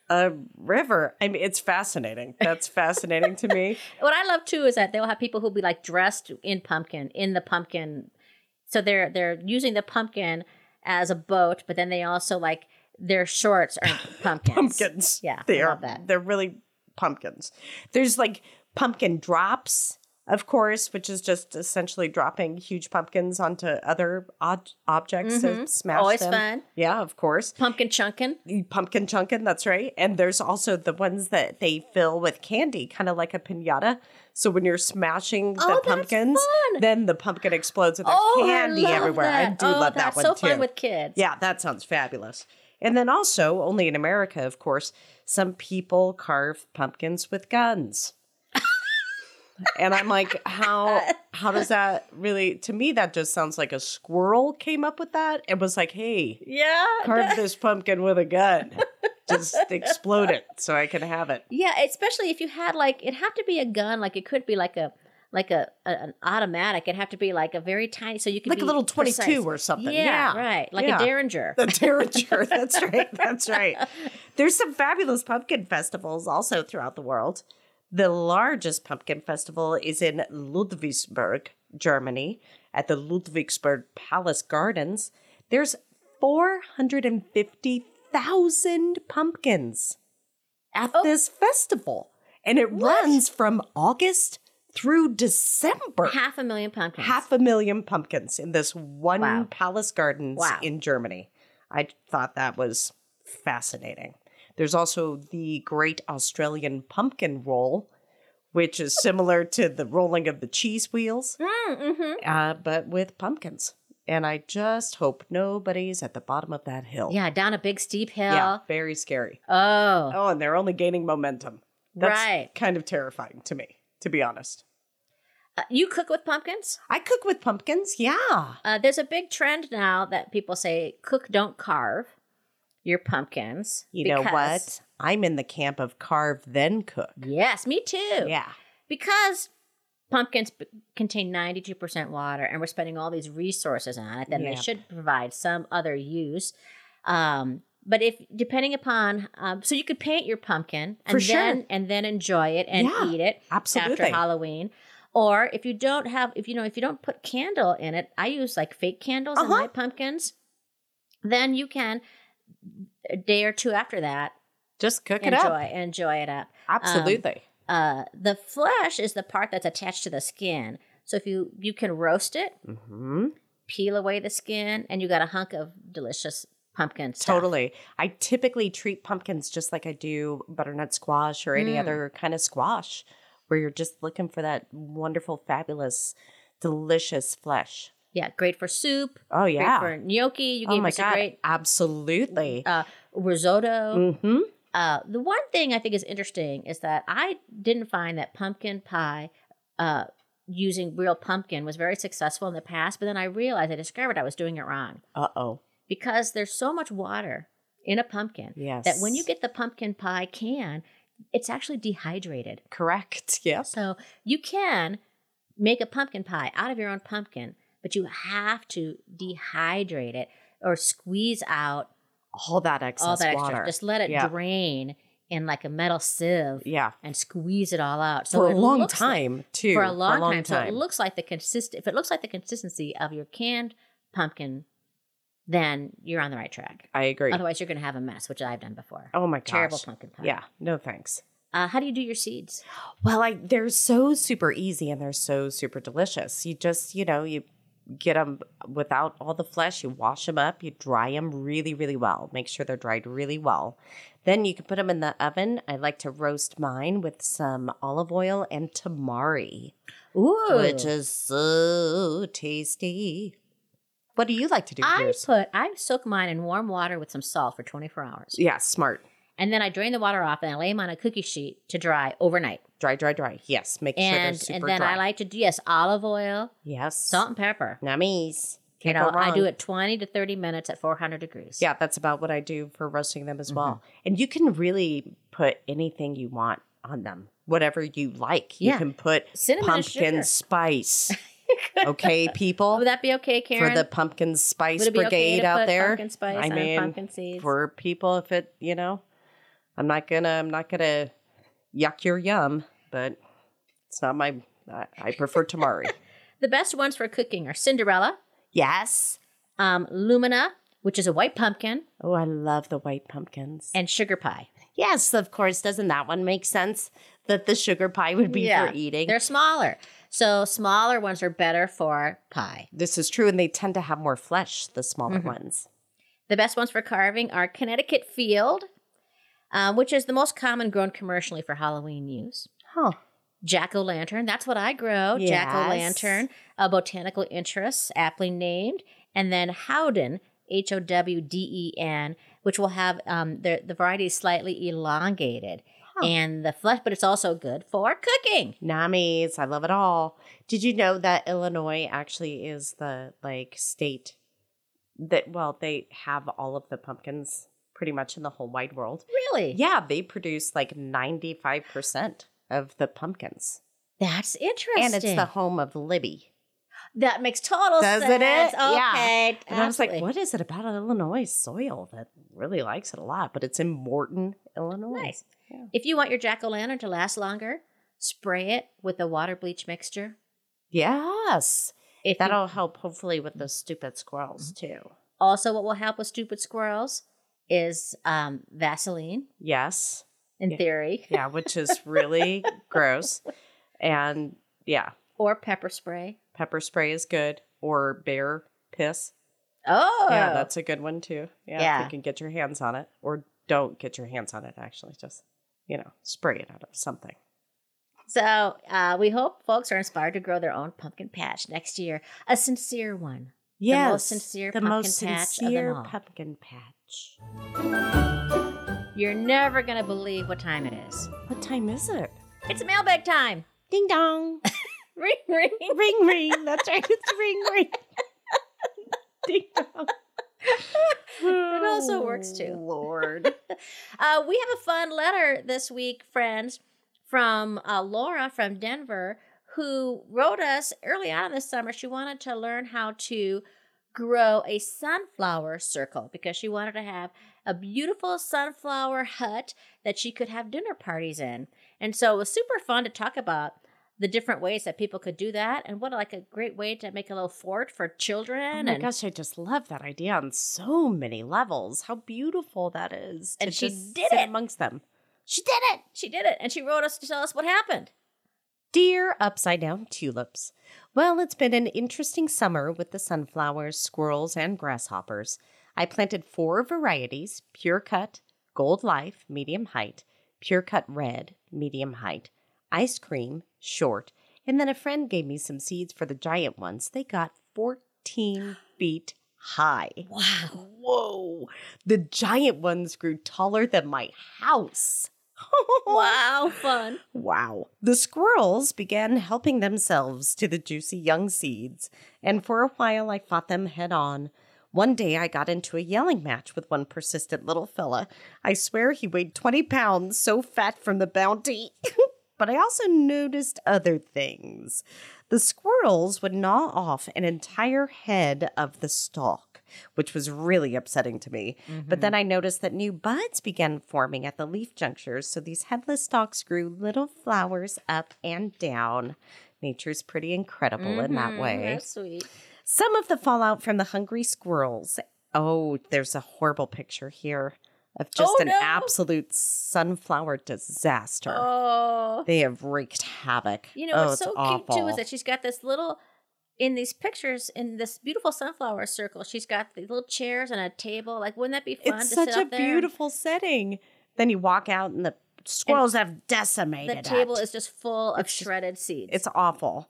a river. I mean, it's fascinating. That's fascinating to me. What I love too is that they will have people who'll be like dressed in pumpkin, in the pumpkin. So they're they're using the pumpkin as a boat, but then they also like their shorts are pumpkins. Pumpkins. Yeah, I they are. love that. They're really pumpkins. There's like pumpkin drops, of course, which is just essentially dropping huge pumpkins onto other ob- objects to smash Mm-hmm. Always them. fun. Yeah, of course. Pumpkin chunkin. the pumpkin chunkin that's right and there's also the ones that they fill with candy kind of like a piñata so when you're smashing the Oh, that's pumpkins fun. then the pumpkin explodes and there's Oh, candy I love everywhere That. i do oh, love that that's one so too fun with kids. yeah that sounds fabulous and then also only in america of course some people carve pumpkins with guns and i'm like how how does that really to me that just sounds like a squirrel came up with that and was like hey Yeah. carve this pumpkin with a gun. Just explode it so I can have it. Yeah, especially if you had like it'd have to be a gun, like it could be like a like a, a an automatic. It'd have to be like a very tiny so you could Like a be little 22 precise. or something. Yeah, Yeah. right. Like Yeah. a derringer. The Derringer. That's right. That's right. There's some fabulous pumpkin festivals also throughout the world. The largest pumpkin festival is in Ludwigsburg, Germany, at the Ludwigsburg Palace Gardens. There's 450,000 pumpkins at this festival, and it runs from August through December. Half a million pumpkins. half a million pumpkins in this one Wow. palace gardens Wow. in Germany. I thought that was fascinating. There's also the Great Australian Pumpkin Roll, which is similar to the rolling of the cheese wheels, Mm, mm-hmm. uh, but with pumpkins. And I just hope nobody's at the bottom of that hill. Yeah, down a big steep hill. Yeah, very scary. Oh. Oh, and they're only gaining momentum. That's Right. kind of terrifying to me, to be honest. Uh, you cook with pumpkins? I cook with pumpkins, yeah. Uh, there's a big trend now that people say cook, don't carve your pumpkins. You know because- what? I'm in the camp of carve then cook. Yes, me too. Yeah. because pumpkins b- contain 92% water and we're spending all these resources on it then they Yep. should provide some other use um, but if depending upon um, so you could paint your pumpkin and For sure. then and then enjoy it and Yeah, eat it after absolutely. halloween or if you don't have if you know if you don't put candle in it i use like fake candles in Uh-huh. my pumpkins then you can a day or two after that Just cook enjoy enjoy it up Absolutely. uh, the flesh is the part that's attached to the skin. So if you you can roast it, hmm peel away the skin, and you got a hunk of delicious pumpkin stuff. Totally. I typically treat pumpkins just like I do butternut squash or any Mm. other kind of squash where you're just looking for that wonderful, fabulous, delicious flesh. Yeah, great for soup. Oh, yeah. Great for gnocchi. You Oh, gave my us a God. great Absolutely. uh, risotto. mm-hmm. Uh, the one thing I think is interesting is that I didn't find that pumpkin pie uh, using real pumpkin was very successful in the past. But then I realized I discovered I was doing it wrong. Uh oh. because there's so much water in a pumpkin Yes. that when you get the pumpkin pie can, it's actually dehydrated. Correct. Yes. So you can make a pumpkin pie out of your own pumpkin, but you have to dehydrate it or squeeze out All that excess all that water. extra. Just let it Yeah. drain in like a metal sieve yeah. and squeeze it all out. So for a it long looks like- time, too. for a long, time. So it looks like the consist if it looks like the consistency of your canned pumpkin, then you're on the right track. I agree. Otherwise, you're going to have a mess, which I've done before. Oh my gosh. Terrible pumpkin pie. Yeah. No thanks. Uh, how do you do your seeds? Well, I they're so super easy and they're so super delicious. You just, you know, you get them without all the flesh, you wash them up, you dry them really, really well. Make sure they're dried really well. Then you can put them in the oven. I like to roast mine with some olive oil and tamari, Ooh, which is so tasty. What do you like to do with I yours? put I soak mine in warm water with some salt for 24 hours, Yeah, smart. and then I drain the water off and I lay them on a cookie sheet to dry overnight. Dry, dry, dry. Yes, make sure they're and super and then dry. I like to do yes olive oil, yes, salt and pepper. nummies. You Can't go know, I do wrong. it 20 to 30 minutes at 400 degrees. Yeah, that's about what I do for roasting them as well. Mm-hmm. And you can really put anything you want on them, whatever you like. You Yeah. can put Cinnamon and pumpkin sugar. spice. okay, people. Would that be okay, Karen? for the pumpkin spice Would it be okay brigade to out put there. pumpkin spice I on mean, pumpkin seeds? for people, if it, you know, I'm not gonna, I'm not gonna yuck your yum, but it's not my. I, I prefer tamari. The best ones for cooking are Cinderella, yes. um, Lumina, which is a white pumpkin, Oh, I love the white pumpkins. and sugar pie. Yes, of course. Doesn't that one make sense? That the sugar pie would be for eating. They're smaller. So smaller ones are better for pie. this is true, and they tend to have more flesh. The smaller ones. The best ones for carving are Connecticut Field, um, which is the most common grown commercially for Halloween use. Huh. Jack o' lantern, that's what I grow. Jack o' lantern, a botanical interest, aptly named. And then Howden, H O W D E N, which will have um, the, the variety is slightly elongated. And the flesh, but it's also good for cooking. Nammies, I love it all. Did you know that Illinois actually is the like state that well they have all of the pumpkins pretty much in the whole wide world. Really? Yeah, they produce like 95% of the pumpkins. That's interesting. And it's the home of Libby. That makes total Doesn't it? sense. Yeah. Okay. And I was like, absolutely. what is it about Illinois soil that really likes it a lot? But it's in Morton, Illinois. Nice. If you want your jack o' lantern to last longer, spray it with a water bleach mixture. Yes. If you- That'll help hopefully with the stupid squirrels too. also, what will help with stupid squirrels is um, Vaseline, Yes. in Yeah. theory, Yeah, which is really gross. And yeah, or pepper spray. pepper spray is good or bear piss. Oh, Yeah, that's a good one too. Yeah, if Yeah. you can get your hands on it or don't get your hands on it actually just, you know, spray it out of something. so. Uh, we hope folks are inspired to grow their own pumpkin patch next year. A sincere one. Yes. sincere the most pumpkin patch of them sincere all. pumpkin patch. You're never gonna believe what time it is. What time is it? It's mailbag time. Ding dong. Ring ring. ring ring. That's right. It's ring ring. Ding dong. It also works too. Oh, Lord. Uh, we have a fun letter this week, friends, from uh, Laura from Denver, who wrote us early on in the summer. She wanted to learn how to grow a sunflower circle because she wanted to have a beautiful sunflower hut that she could have dinner parties in. And so it was super fun to talk about the different ways that people could do that and what like a great way to make a little fort for Oh children my and gosh, I just love that idea on so many levels. How beautiful that is. to And she just did sit it. amongst them. she did it she did it and she wrote us to tell us what happened Dear upside down tulips. Well, it's been an interesting summer with the sunflowers, squirrels, and grasshoppers. I planted four varieties pure cut, gold life, medium height, pure cut red, medium height, ice cream, short, and then a friend gave me some seeds for the giant ones. They got 14 feet high. Wow. Whoa. The giant ones grew taller than my house. wow fun Wow. The squirrels began helping themselves to the juicy young seeds, and for a while I fought them head on. One day I got into a yelling match with one persistent little fella. I swear he weighed 20 pounds, so fat from the bounty. but I also noticed other things. The squirrels would gnaw off an entire head of the stalk, which was really upsetting to me. But then I noticed that new buds began forming at the leaf junctures, so these headless stalks grew little flowers up and down. Nature's pretty incredible in Mm-hmm. that way. That's sweet. Some of the fallout from the hungry squirrels. Oh, there's a horrible picture here of just an Oh, no. absolute sunflower disaster. Oh, They have wreaked havoc. you know Oh, what's it's so cute too awful. is that she's got this little in these pictures in this beautiful sunflower circle. She's got the little chairs and a table. Like, wouldn't that be fun? it's to such sit a out there and beautiful setting. Then you walk out and the squirrels have The decimated table it. is just full of It's just- shredded seeds. It's awful.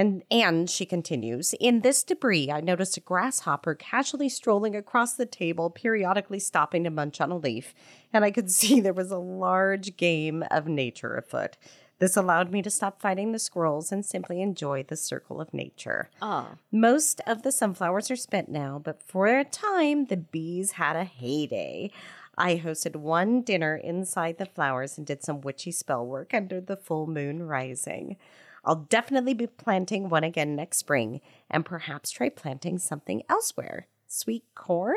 And and she continues, in this debris I noticed a grasshopper casually strolling across the table, periodically stopping to munch on a leaf, and I could see there was a large game of nature afoot. This allowed me to stop fighting the squirrels and simply enjoy the circle of nature. Oh, Most of the sunflowers are spent now, but for a time, the bees had a heyday. I hosted one dinner inside the flowers and did some witchy spell work under the full moon rising. I'll definitely be planting one again next spring and perhaps try planting something elsewhere. Sweet corn?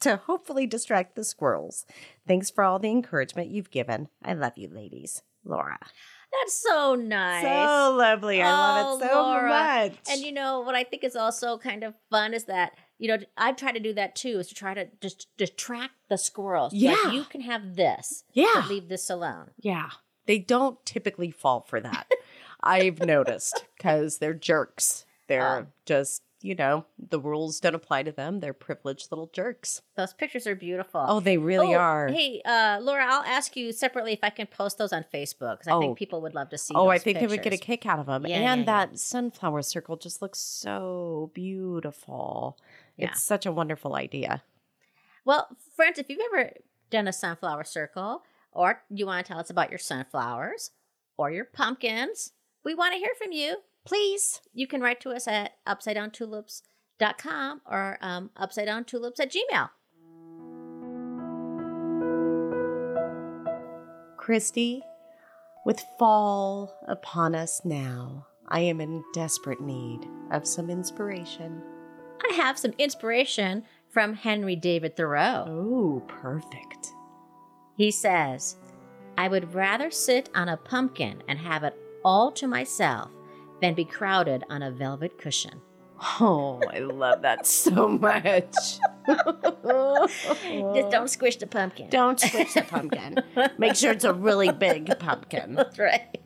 To hopefully distract the squirrels. Thanks for all the encouragement you've given. I love you, ladies. Laura. that's so nice. So lovely. I love Oh, it so Laura. much. And you know what I think is also kind of fun is that you know I've tried to do that too is to try to just detract the squirrels. Like, Yeah. you can have this. yeah. But leave this alone. Yeah. They don't typically fall for that. I've noticed because they're jerks. They're Oh. just, you know, the rules don't apply to them. They're privileged little jerks. Those pictures are beautiful. Oh, they really Oh, are. Hey, uh, Laura, I'll ask you separately if I can post those on Facebook because I Oh. think people would love to see. oh, I those think they would get a pictures. kick out of them. Yeah, and yeah, yeah. that sunflower circle just looks so beautiful. Yeah. It's such a wonderful idea. Well, friends, if you've ever done a sunflower circle, or you want to tell us about your sunflowers or your pumpkins, we want to hear from you. Please, you can write to us at upside down tulips.com or um, upside down tulips at gmail. Christy, with fall upon us now, I am in desperate need of some inspiration. I have some inspiration from Henry David Thoreau. Oh, perfect. He says, I would rather sit on a pumpkin and have it all to myself than be crowded on a velvet cushion. Oh, I love that so much. Just don't squish the pumpkin. Don't switch the pumpkin. Make sure it's a really big pumpkin. That's right.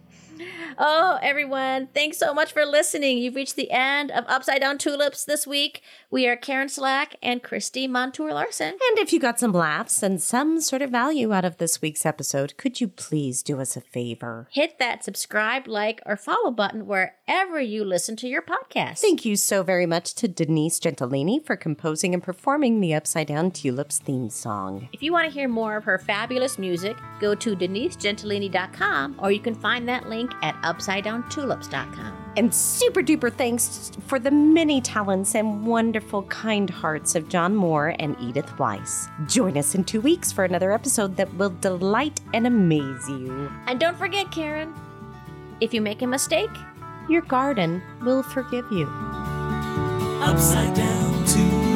Oh, everyone, thanks so much for listening. You've reached the end of Upside Down Tulips this week. We are Karen Slack and Christy Montour Larson. And if you got some laughs and some sort of value out of this week's episode, could you please do us a favor? Hit that subscribe, like, or follow button wherever you listen to your podcast. Thank you so very much to Denise Gentilini for composing and performing the Upside Down Tulips theme song. If you want to hear more of her fabulous music, go to denisegentilini.com or you can find that link at upsidedowntulips.com. And super duper thanks for the many talents and wonderful kind hearts of John Moore and Edith Weiss. Join us in two weeks for another episode that will delight and amaze you. And don't forget, Karen, if you make a mistake, Your garden will forgive you. upside down to